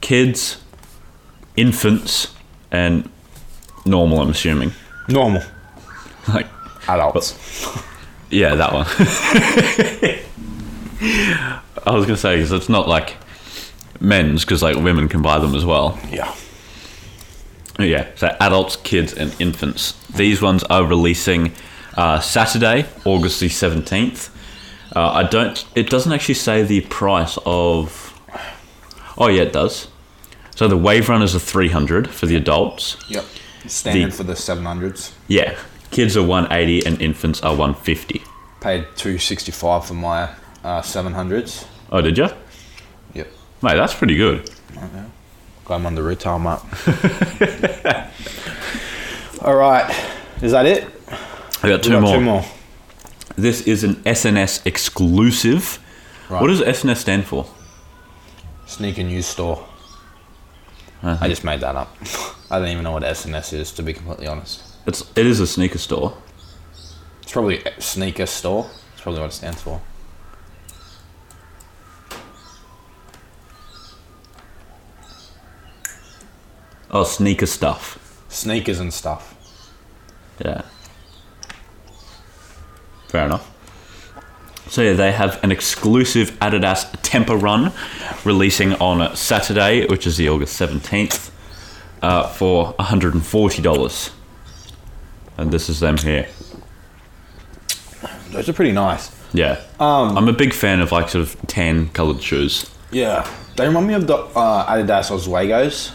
Speaker 1: kids, infants, and normal. I'm assuming.
Speaker 2: Normal
Speaker 1: Like,
Speaker 2: adults.
Speaker 1: yeah, that one. I was gonna say because it's not like men's because like women can buy them as well.
Speaker 2: yeah.
Speaker 1: Oh, Yeah, so adults, kids, and infants. These ones are releasing uh, Saturday, August the seventeenth. Uh, I don't. It doesn't actually say the price of. Oh yeah, it does. So the Wave Runners are three hundred for the adults.
Speaker 2: Yep. Standard
Speaker 1: The-
Speaker 2: for the 700s.
Speaker 1: Yeah, kids are one eighty and infants are one fifty.
Speaker 2: Paid 265 for my uh, 700s.
Speaker 1: Oh, did you?
Speaker 2: Yep.
Speaker 1: Mate, that's pretty good.
Speaker 2: Got 'em on the retail map. All right. Is that it?
Speaker 1: I got
Speaker 2: We
Speaker 1: two
Speaker 2: got
Speaker 1: more.
Speaker 2: Two more.
Speaker 1: This is an SNS exclusive.
Speaker 2: Right.
Speaker 1: What does SNS stand for?
Speaker 2: Sneaker news store.
Speaker 1: Uh-huh.
Speaker 2: I just made that up. I don't even know what SNS is, to be completely honest.
Speaker 1: It's it is a sneaker store.
Speaker 2: It's probably a sneaker store. It's probably what it stands for.
Speaker 1: Oh, sneaker stuff.
Speaker 2: Sneakers and stuff.
Speaker 1: Yeah. Fair enough. So yeah, they have an exclusive Adidas Temper Run releasing on Saturday, which is the August seventeenth, uh, for one hundred and forty dollars. And this is them here.
Speaker 2: Those are pretty nice.
Speaker 1: Yeah,
Speaker 2: Um,
Speaker 1: I'm a big fan of like sort of tan coloured shoes.
Speaker 2: Yeah. They remind me of the uh, Adidas Oswego's.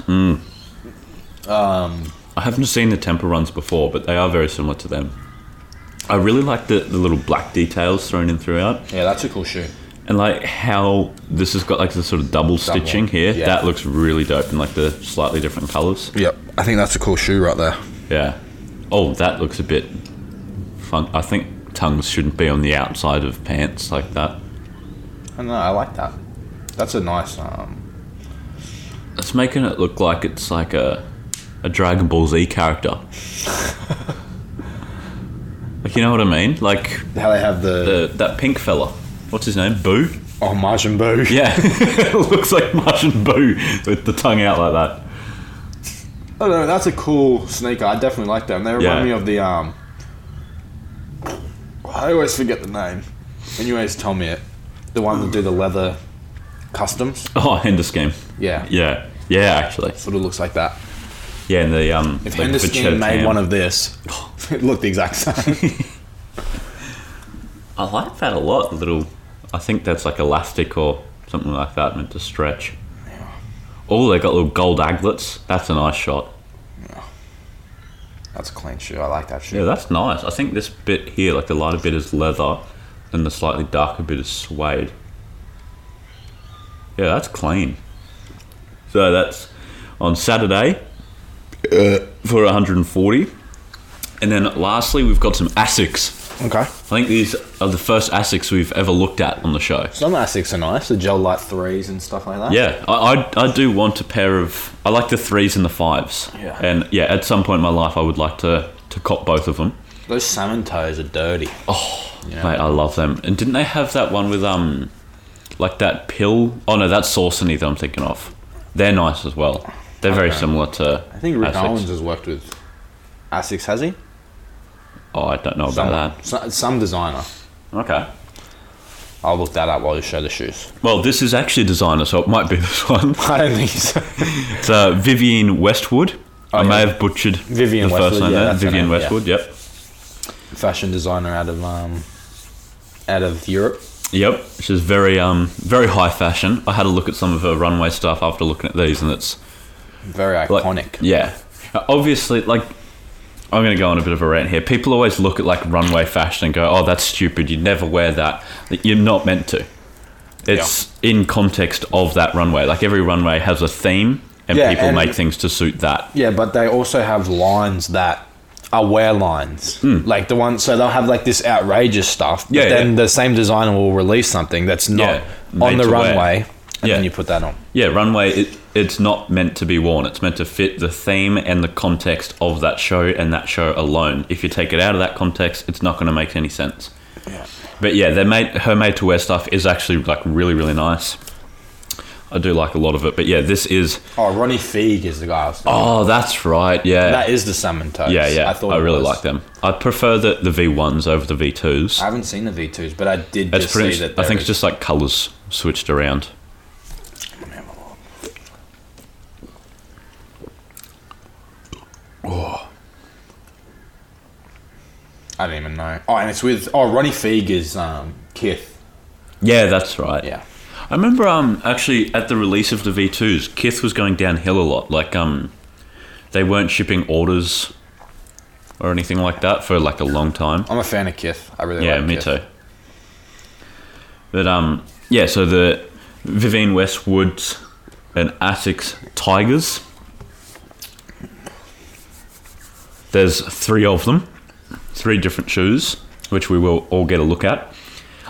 Speaker 1: I haven't seen the Temper Runs before, but they are very similar to them. I really like the, the little black details thrown in throughout.
Speaker 2: Yeah, that's a cool shoe.
Speaker 1: And like how this has got like the sort of double, stitching here,
Speaker 2: yeah.
Speaker 1: that looks really dope in like the slightly different colors.
Speaker 2: Yep. I think that's a cool shoe right there.
Speaker 1: Yeah. Oh, that looks a bit fun. I think tongues shouldn't be on the outside of pants like that.
Speaker 2: I know, I like that. That's a nice um
Speaker 1: It's making it look like it's like a a Dragon Ball Z character. like you know what I mean? Like
Speaker 2: how they have the,
Speaker 1: the, that pink fella. What's his name? Boo?
Speaker 2: Oh Margin Boo.
Speaker 1: Yeah. looks like Martian Boo with the tongue out like that.
Speaker 2: Oh no, that's a cool sneaker. I definitely like them. They remind
Speaker 1: Yeah.
Speaker 2: me of the um. I always forget the name, and you always tell me it. The one that do the leather customs.
Speaker 1: Oh, Ender Scheme.
Speaker 2: Yeah,
Speaker 1: Yeah. Yeah, actually.
Speaker 2: sort of looks like that.
Speaker 1: Yeah, and the um.
Speaker 2: If
Speaker 1: like
Speaker 2: Henderson
Speaker 1: Vachetta
Speaker 2: made
Speaker 1: Cam.
Speaker 2: one of this, it looked the exact same.
Speaker 1: I like that a lot. the Little, I think that's like elastic or something like that meant to stretch. Oh, they got little gold aglets. That's a nice shot.
Speaker 3: That's a clean shoe. I like that shoe.
Speaker 1: Yeah, that's nice. I think this bit here, like the lighter bit is leather, and the slightly darker bit is suede. Yeah, that's clean. So that's on Saturday for 140. And then lastly, we've got some ASICs.
Speaker 2: Okay.
Speaker 1: I think these are the first ASICs we've ever looked at on the show.
Speaker 2: Some Asics are nice, the gel light threes and stuff like that.
Speaker 1: Yeah, I, I, I do want a pair of. I like the threes and the fives.
Speaker 2: Yeah.
Speaker 1: And yeah, at some point in my life, I would like to, to cop both of them.
Speaker 2: Those salmon toes are dirty.
Speaker 1: Mate, I love them. And didn't they have that one with um, like that pill? Oh no, that's Saucony that I'm thinking of. They're nice as well. They're very
Speaker 2: Okay.
Speaker 1: similar to.
Speaker 2: I think Rick
Speaker 1: Asics.
Speaker 2: Owens has worked with Asics, has he?
Speaker 1: Oh, I don't know about
Speaker 2: Some,
Speaker 1: that.
Speaker 2: so- some designer.
Speaker 1: Okay.
Speaker 2: I'll look that up while you show the shoes.
Speaker 1: Well, this is actually a designer, so it might be this one.
Speaker 2: I don't think so.
Speaker 1: It's uh, Vivienne Westwood. I
Speaker 2: Okay.
Speaker 1: may have butchered
Speaker 2: Oh, Vivienne
Speaker 1: the
Speaker 2: Westwood,
Speaker 1: first name
Speaker 2: yeah,
Speaker 1: there.
Speaker 2: that's her
Speaker 1: Vivienne
Speaker 2: name, yeah.
Speaker 1: Westwood. Yep.
Speaker 2: Fashion designer out of um, out of Europe.
Speaker 1: Yep, she's very um very high fashion. I had a look at some of her runway stuff after looking at these, and it's
Speaker 2: Very
Speaker 1: like
Speaker 2: iconic.
Speaker 1: Yeah, Uh, obviously, like I'm gonna go on a bit of a rant here. People always look at like runway fashion and go, "Oh, that's stupid. You'd never wear that. Like, You're not meant to." It's in context of that runway. Like every runway has a theme, and
Speaker 2: Yeah,
Speaker 1: people
Speaker 2: and-
Speaker 1: make things to suit that.
Speaker 2: Yeah, but they also have lines that are wear lines. Like the one, so they'll have like this outrageous stuff. But
Speaker 1: Hmm. Yeah,
Speaker 2: then
Speaker 1: yeah.
Speaker 2: the same designer will release something that's not
Speaker 1: Yeah,
Speaker 2: on
Speaker 1: made
Speaker 2: the
Speaker 1: to wear.
Speaker 2: runway, and
Speaker 1: Yeah.
Speaker 2: then you put that on.
Speaker 1: Yeah, runway. It, it's not meant to be worn. It's meant to fit the theme and the context of that show and that show alone. If you take it out of that context, it's not going to make any sense. But yeah, their made her made to wear stuff is actually like really really nice. I do like a lot of it. But yeah, this is.
Speaker 2: Oh, Ronnie Feig is the guy. I was
Speaker 1: Oh, that's right. Yeah.
Speaker 2: That is the salmon toast.
Speaker 1: yeah, yeah. I,
Speaker 2: it
Speaker 1: really
Speaker 2: was.
Speaker 1: like them. I prefer the, the V1s over the V2s.
Speaker 2: I haven't seen the V2s, but I did
Speaker 1: It's
Speaker 2: just
Speaker 1: pretty.
Speaker 2: see that.
Speaker 1: I think
Speaker 2: there
Speaker 1: it's
Speaker 2: is-
Speaker 1: just like colors switched around.
Speaker 2: I don't even know. Oh, and it's with oh Ronnie Feig is um Kith.
Speaker 1: Yeah, that's right.
Speaker 2: Yeah.
Speaker 1: I remember um actually at the release of the V2s, Kith was going downhill a lot. Like um they weren't shipping orders or anything like that for like a long time.
Speaker 2: I'm a fan of Kith. I really
Speaker 1: Yeah,
Speaker 2: like
Speaker 1: me
Speaker 2: Kith.
Speaker 1: too. But um yeah, so the Vivienne Westwood's and Asics Tigers. There's three of them, three different shoes, which we will all get a look at.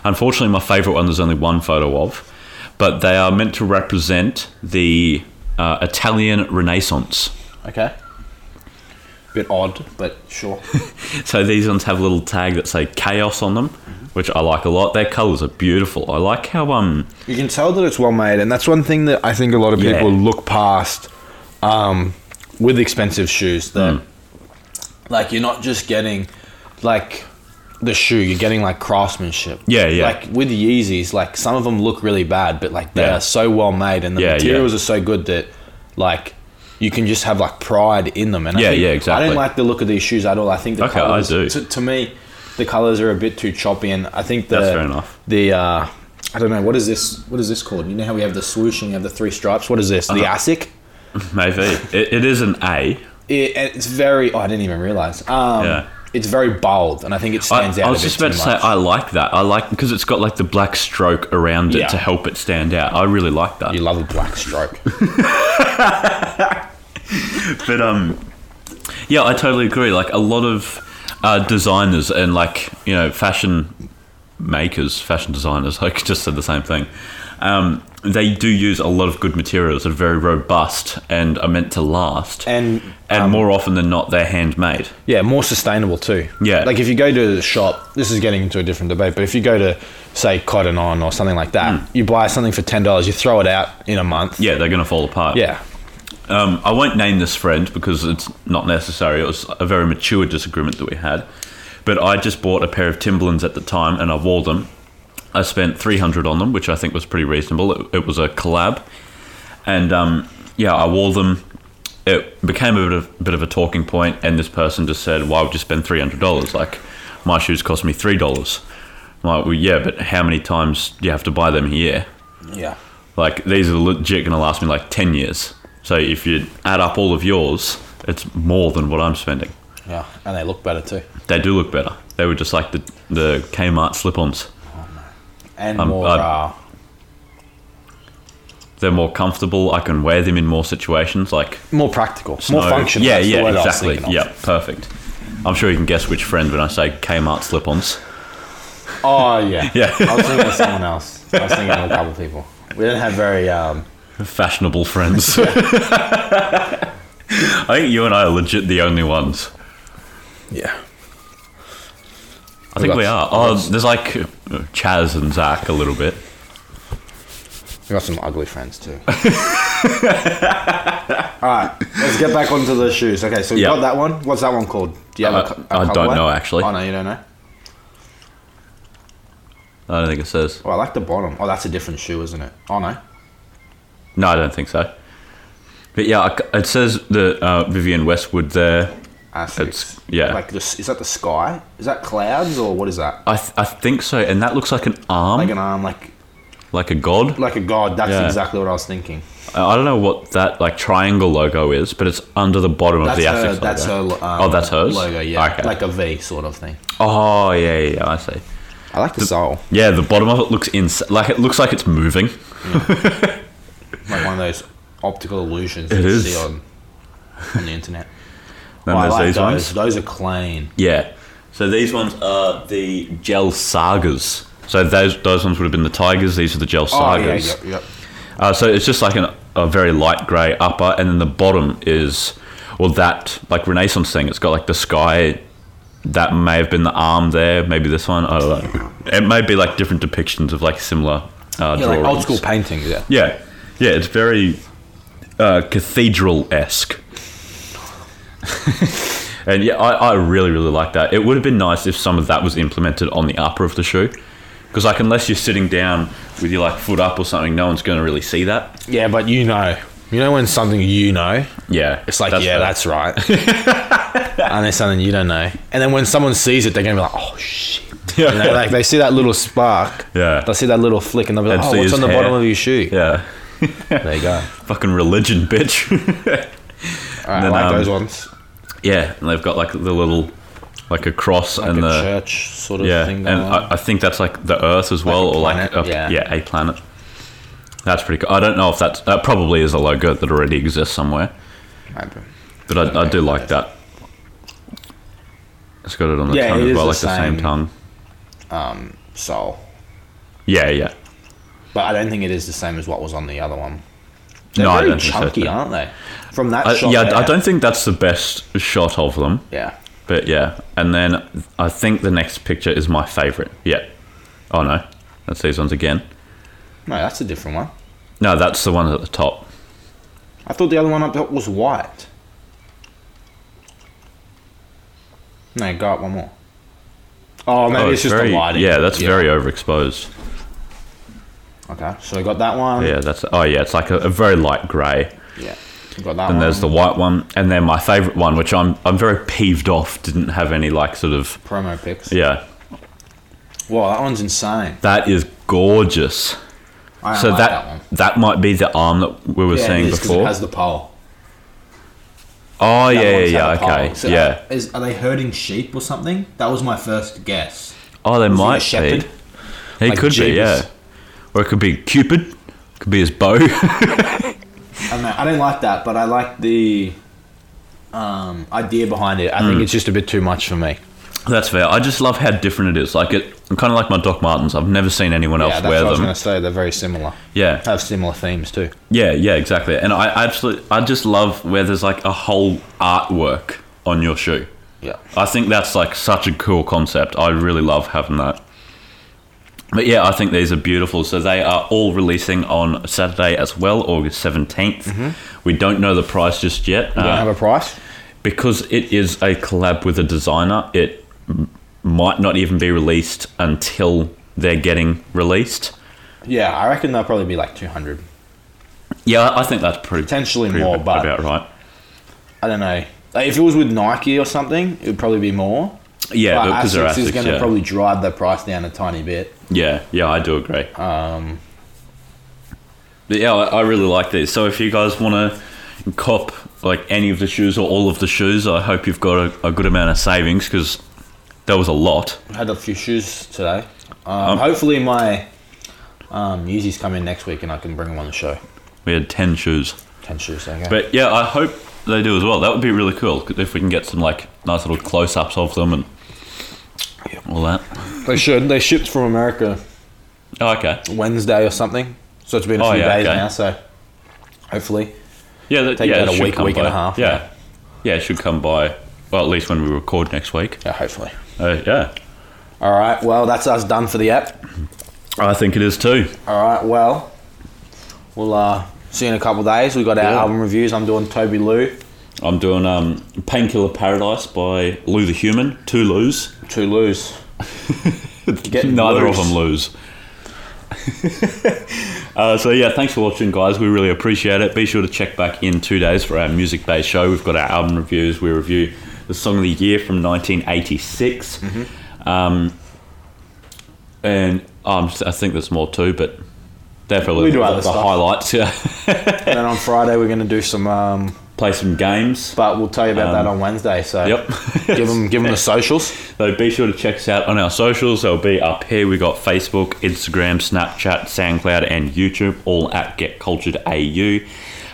Speaker 1: Unfortunately, my favourite one there's only one photo of, but they are meant to represent the uh, Italian Renaissance.
Speaker 2: Okay. Bit odd, but sure.
Speaker 1: So these ones have a little tag that say chaos on them, which I like a lot. Their colours are beautiful. I like how um
Speaker 2: You can tell that it's well made, and that's one thing that I think a lot of
Speaker 1: Yeah.
Speaker 2: people look past um, with expensive shoes.
Speaker 1: Hmm.
Speaker 2: That like you're not just getting like the shoe, you're getting like craftsmanship.
Speaker 1: Yeah, yeah.
Speaker 2: Like with Yeezys, like some of them look really bad, but like they
Speaker 1: Yeah.
Speaker 2: are so well made, and the
Speaker 1: Yeah, yeah.
Speaker 2: materials are so good that like. You can just have like pride in them, and I
Speaker 1: Yeah,
Speaker 2: think-
Speaker 1: yeah,
Speaker 2: I
Speaker 1: exactly.
Speaker 2: don't like the look of these shoes at all. I think the
Speaker 1: Okay, I
Speaker 2: colors,
Speaker 1: do.
Speaker 2: To, to me, the colors are a bit too choppy, and I think the
Speaker 1: That's fair enough.
Speaker 2: the uh, I don't know what is this what is this called? You know how we have the swoosh and you have the three stripes. What is this? The
Speaker 1: Uh-huh.
Speaker 2: ASIC.
Speaker 1: maybe it, it is an A.
Speaker 2: It, and it's very. Oh, I didn't even realize. Um,
Speaker 1: Yeah.
Speaker 2: It's very bold, and I think it
Speaker 1: I,
Speaker 2: stands out.
Speaker 1: I
Speaker 2: a
Speaker 1: was
Speaker 2: bit
Speaker 1: just about to
Speaker 2: too
Speaker 1: say
Speaker 2: much.
Speaker 1: I like that. I like because it's got like the black stroke around it
Speaker 2: Yeah.
Speaker 1: to help it stand out. I really like that.
Speaker 2: you love a black stroke.
Speaker 1: But um, yeah, I totally agree. Like a lot of uh, designers and like you know fashion makers, fashion designers. I just said the same thing. Um, they do use a lot of good materials that are very robust and are meant to last.
Speaker 2: And,
Speaker 1: and
Speaker 2: um,
Speaker 1: more often than not, they're handmade.
Speaker 2: yeah, more sustainable too.
Speaker 1: Yeah.
Speaker 2: Like if you go to the shop, this is getting into a different debate, but if you go to say Cotton On or something like that,
Speaker 1: Hmm.
Speaker 2: you buy something for ten dollars, you throw it out in a month.
Speaker 1: Yeah, they're going to fall apart.
Speaker 2: Yeah.
Speaker 1: Um, I won't name this friend because it's not necessary. It was a very mature disagreement that we had. But I just bought a pair of Timberlands at the time and I wore them. I spent 300 on them, which I think was pretty reasonable. It, it was a collab. And um, yeah, I wore them. It became a bit of, bit of a talking point, and this person just said, Why would you spend $300? Like, my shoes cost me $3. I'm like, well, yeah, but how many times do you have to buy them a year?
Speaker 2: Yeah.
Speaker 1: Like these are legit going to last me like ten years. So if you add up all of yours, it's more than what I'm spending.
Speaker 2: Yeah, and they look better too,
Speaker 1: They do look better. They were just like the the Kmart slip-ons.
Speaker 2: and
Speaker 1: Um,
Speaker 2: more.
Speaker 1: I'd-
Speaker 2: uh,
Speaker 1: They're more comfortable. I can wear them in more situations, like
Speaker 2: more practical, more
Speaker 1: No.
Speaker 2: functional.
Speaker 1: Yeah,
Speaker 2: that's the
Speaker 1: yeah,
Speaker 2: word I was
Speaker 1: exactly.
Speaker 2: thinking of.
Speaker 1: Yeah, perfect. I'm sure you can guess which friend when I say Kmart slip-ons.
Speaker 2: Oh yeah.
Speaker 1: Yeah.
Speaker 2: I was thinking of someone else. I was thinking of a couple of people. We don't have very um,
Speaker 1: Fashionable friends. I think you and I are legit the only ones.
Speaker 2: Yeah.
Speaker 1: I think
Speaker 2: got-
Speaker 1: we are. Oh, there's like Chaz and Zach a little bit.
Speaker 2: We got some ugly friends too. All right, let's get back onto the shoes. Okay, so we
Speaker 1: Yeah.
Speaker 2: got that one. What's that one called? Do you have a
Speaker 1: Uh,
Speaker 2: co-
Speaker 1: I
Speaker 2: a
Speaker 1: don't
Speaker 2: colorway?
Speaker 1: know, actually.
Speaker 2: Oh no, you don't know.
Speaker 1: I don't think it says.
Speaker 2: Oh, I like the bottom. Oh, that's a different shoe, isn't it? Oh no.
Speaker 1: No, I don't think so. But yeah, I c- it says the uh, Vivian Westwood there.
Speaker 2: Asics.
Speaker 1: yeah.
Speaker 2: Ah, Like this, is that the sky? Is that clouds or what is that?
Speaker 1: I, th- I think so, and that looks like an arm,
Speaker 2: Like
Speaker 1: like,
Speaker 2: an arm, like
Speaker 1: a god.
Speaker 2: like a god. That's
Speaker 1: Yeah.
Speaker 2: exactly what I was thinking.
Speaker 1: I I don't know what that like triangle logo is, but it's under the bottom
Speaker 2: That's
Speaker 1: of the
Speaker 2: her.
Speaker 1: Asics
Speaker 2: that's her.
Speaker 1: logo.
Speaker 2: Um,
Speaker 1: Oh, that's hers?
Speaker 2: logo. Yeah,
Speaker 1: Okay.
Speaker 2: like a V sort of thing.
Speaker 1: oh yeah, yeah, yeah, I see.
Speaker 2: I like the, sole.
Speaker 1: Yeah, the bottom of it looks ins- like it looks like it's moving.
Speaker 2: Like one of those optical illusions
Speaker 1: It
Speaker 2: that you
Speaker 1: is.
Speaker 2: see on on the internet.
Speaker 1: Then
Speaker 2: Oh, I
Speaker 1: there's
Speaker 2: like
Speaker 1: these
Speaker 2: those.
Speaker 1: ones.
Speaker 2: Those are clean.
Speaker 1: Yeah. So these ones are the gel sagas. So those those ones would have been the tigers. These are the gel sagas.
Speaker 2: Oh, yeah, yep, yep.
Speaker 1: Uh, so it's just like an, a very light grey upper, and then the bottom is, well, that like Renaissance thing. It's got like the sky. That may have been the arm there. Maybe this one. I don't know. It may be like different depictions of like similar uh,
Speaker 2: Yeah,
Speaker 1: drawings.
Speaker 2: like old school paintings. Yeah.
Speaker 1: Yeah, yeah. It's very uh, cathedral esque. and yeah, I, I really really like that. It would have been nice if some of that was implemented on the upper of the shoe, because like unless you're sitting down with your like foot up or something, no one's going to really see that.
Speaker 2: Yeah, but you know, you know when something you know,
Speaker 1: Yeah,
Speaker 2: it's like yeah,
Speaker 1: fair.
Speaker 2: that's right. and there's something you don't know, and then when someone sees it, they're gonna be like, oh shit.
Speaker 1: yeah.
Speaker 2: You know, like they see that little spark.
Speaker 1: Yeah.
Speaker 2: They see that little flick, and they'll be like,
Speaker 1: And
Speaker 2: oh,
Speaker 1: see
Speaker 2: what's
Speaker 1: his
Speaker 2: on the
Speaker 1: hair."
Speaker 2: bottom of your shoe?
Speaker 1: yeah,
Speaker 2: There you go.
Speaker 1: fucking religion, bitch.
Speaker 2: All right,
Speaker 1: then,
Speaker 2: I like
Speaker 1: um,
Speaker 2: those ones.
Speaker 1: yeah, and they've got like the little, like a cross
Speaker 2: Like
Speaker 1: and
Speaker 2: a
Speaker 1: the
Speaker 2: church sort of
Speaker 1: yeah,
Speaker 2: thing.
Speaker 1: and
Speaker 2: going on.
Speaker 1: I, I think that's like the Earth as well,
Speaker 2: Like a
Speaker 1: or like
Speaker 2: planet,
Speaker 1: a,
Speaker 2: yeah.
Speaker 1: yeah. a planet. That's pretty cool. I don't know if that's that probably is a logo that already exists somewhere,
Speaker 2: Maybe.
Speaker 1: but I, I do like that. It's got it on the
Speaker 2: Yeah,
Speaker 1: tongue
Speaker 2: it
Speaker 1: as
Speaker 2: is
Speaker 1: well,
Speaker 2: the
Speaker 1: like the same
Speaker 2: same.
Speaker 1: tongue.
Speaker 2: Soul.
Speaker 1: Yeah, yeah.
Speaker 2: But I don't think it is the same as what was on the other one. They're
Speaker 1: No, I
Speaker 2: very
Speaker 1: don't think so,
Speaker 2: chunky,
Speaker 1: too.
Speaker 2: aren't they? From that
Speaker 1: I,
Speaker 2: shot.
Speaker 1: yeah,
Speaker 2: there.
Speaker 1: I don't think that's the best shot of them,
Speaker 2: Yeah.
Speaker 1: but yeah. And then I think the next picture is my favorite. Yeah. Oh no, that's these ones again.
Speaker 2: No, that's a different one.
Speaker 1: No, that's the one at the top.
Speaker 2: I thought the other one up there was white. No, go up one more. Oh, maybe
Speaker 1: Oh,
Speaker 2: it's, just
Speaker 1: very,
Speaker 2: the lighting.
Speaker 1: Yeah, that's very overexposed.
Speaker 2: Okay, so we got that one.
Speaker 1: Yeah, that's oh yeah, it's like a, a very light grey.
Speaker 2: Yeah. We got that
Speaker 1: And
Speaker 2: one.
Speaker 1: there's the white one, and then my favourite one, which I'm I'm very peeved off, didn't have any like sort of
Speaker 2: promo pics.
Speaker 1: yeah.
Speaker 2: Wow, that one's insane.
Speaker 1: That is gorgeous.
Speaker 2: I
Speaker 1: So
Speaker 2: like
Speaker 1: that
Speaker 2: that,
Speaker 1: that,
Speaker 2: one.
Speaker 1: might be the arm that we were
Speaker 2: Yeah, it
Speaker 1: seeing
Speaker 2: is, 'cause It
Speaker 1: before.
Speaker 2: has the pole.
Speaker 1: oh
Speaker 2: That
Speaker 1: yeah, yeah,
Speaker 2: one's had
Speaker 1: yeah.
Speaker 2: a pole.
Speaker 1: Okay,
Speaker 2: So, uh,
Speaker 1: yeah.
Speaker 2: Is, are they herding sheep or something? That was my first guess.
Speaker 1: Oh, they
Speaker 2: Is he a
Speaker 1: might
Speaker 2: shepherd?
Speaker 1: be. He
Speaker 2: Like
Speaker 1: could be,
Speaker 2: Jeebus?
Speaker 1: yeah. Or it could be Cupid. Could be his bow.
Speaker 2: I don't, know, I don't like that, but I like the um, idea behind it. I
Speaker 1: Hmm.
Speaker 2: think it's just a bit too much for me.
Speaker 1: That's fair. I just love how different it is. Like it, I'm kind of like my Doc Martens. I've never seen anyone else
Speaker 2: yeah, that's what
Speaker 1: wear
Speaker 2: I was
Speaker 1: them.
Speaker 2: going to say. They're very similar.
Speaker 1: Yeah.
Speaker 2: Have similar themes too.
Speaker 1: Yeah, yeah, exactly. And I absolutely, I just love where there's like a whole artwork on your shoe.
Speaker 2: Yeah.
Speaker 1: I think that's like such a cool concept. I really love having that. But yeah, I think these are beautiful. So they are all releasing on Saturday as well, August 17th.
Speaker 2: Mm-hmm.
Speaker 1: We don't know the price just yet.
Speaker 2: Don't have
Speaker 1: Uh,
Speaker 2: a price.
Speaker 1: because it is a collab with a designer, it m- might not even be released until they're getting released.
Speaker 2: Yeah, I reckon they'll probably be like two hundred,
Speaker 1: Yeah, I think that's pretty,
Speaker 2: potentially
Speaker 1: pretty
Speaker 2: more.
Speaker 1: ab-
Speaker 2: But
Speaker 1: about right.
Speaker 2: I don't know. Like, if it was with Nike or something, it would probably be more.
Speaker 1: Yeah,
Speaker 2: but
Speaker 1: because they're
Speaker 2: Asics is
Speaker 1: Asics,
Speaker 2: going to
Speaker 1: yeah.
Speaker 2: probably drive the price down a tiny bit.
Speaker 1: Yeah, yeah, I do agree. Um, But yeah, I, I really like these. So if you guys want to cop like any of the shoes or all of the shoes, I hope you've got a, a good amount of savings because there was a lot.
Speaker 2: Had a few shoes today. Um,
Speaker 1: Oh.
Speaker 2: hopefully my um, Yeezys come in next week and I can bring them on the show.
Speaker 1: We had ten shoes.
Speaker 2: Ten shoes. Okay.
Speaker 1: But yeah, I hope they do as well. That would be really cool if we can get some like nice little close-ups of them and all that.
Speaker 2: they should. They shipped from America
Speaker 1: Oh, okay.
Speaker 2: Wednesday or something. So it's been a
Speaker 1: Oh,
Speaker 2: few
Speaker 1: yeah,
Speaker 2: days
Speaker 1: okay.
Speaker 2: now. So hopefully,
Speaker 1: Yeah, that,
Speaker 2: Take
Speaker 1: yeah,
Speaker 2: about
Speaker 1: it
Speaker 2: a
Speaker 1: should
Speaker 2: week,
Speaker 1: come
Speaker 2: week and
Speaker 1: by.
Speaker 2: a half,
Speaker 1: Yeah. yeah, it should come by. Well, at least when we record next week.
Speaker 2: yeah, hopefully.
Speaker 1: Uh, yeah,
Speaker 2: All right. Well, that's us done for the app.
Speaker 1: I think it is too.
Speaker 2: All right. Well, we'll uh, see you in a couple of days. We got our
Speaker 1: Yeah.
Speaker 2: album reviews. I'm doing Toby Lou,
Speaker 1: I'm doing um, Painkiller Paradise by Lou the Human. Two Lou's.
Speaker 2: two Lou's. Getting
Speaker 1: Neither
Speaker 2: loose.
Speaker 1: of them lose. uh, so yeah, thanks for watching, guys. We really appreciate it. Be sure to check back in two days for our music-based show. We've got our album reviews. We review the song of the year from 1986,
Speaker 2: Mm-hmm.
Speaker 1: um, and um, I think there's more too, but definitely
Speaker 2: We do
Speaker 1: the, the
Speaker 2: other stuff.
Speaker 1: highlights. Yeah,
Speaker 2: And then on Friday we're going to do some. Um,
Speaker 1: play some games.
Speaker 2: but we'll tell you about
Speaker 1: Um,
Speaker 2: that on Wednesday. So
Speaker 1: Yep.
Speaker 2: give them give them the socials.
Speaker 1: So be sure to check us out on our socials. They'll be up here. We got Facebook, Instagram, Snapchat, SoundCloud, and YouTube, all at Get Cultured AU.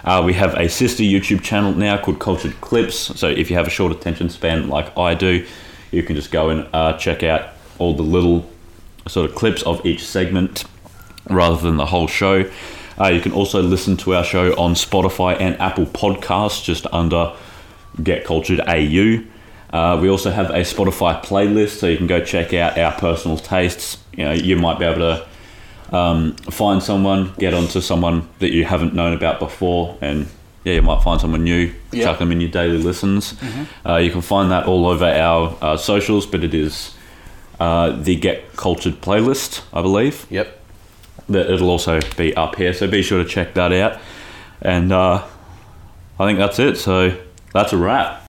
Speaker 1: Uh, we have a sister YouTube channel now called Cultured Clips. So if you have a short attention span like I do, you can just go and uh, check out all the little sort of clips of each segment rather than the whole show. Uh, you can also listen to our show on Spotify and Apple Podcasts, just under Get Cultured AU. Uh, we also have a Spotify playlist, so you can go check out our personal tastes. You know, you might be able to um, find someone, get onto someone that you haven't known about before, and yeah, you might find someone new.
Speaker 2: Yeah.
Speaker 1: Chuck them in your daily listens. Uh, you can find that all over our uh, socials, but it is uh, the Get Cultured playlist, I believe
Speaker 2: Yep.
Speaker 1: that it'll also be up here. So be sure to check that out. And uh, I think that's it. So that's a wrap.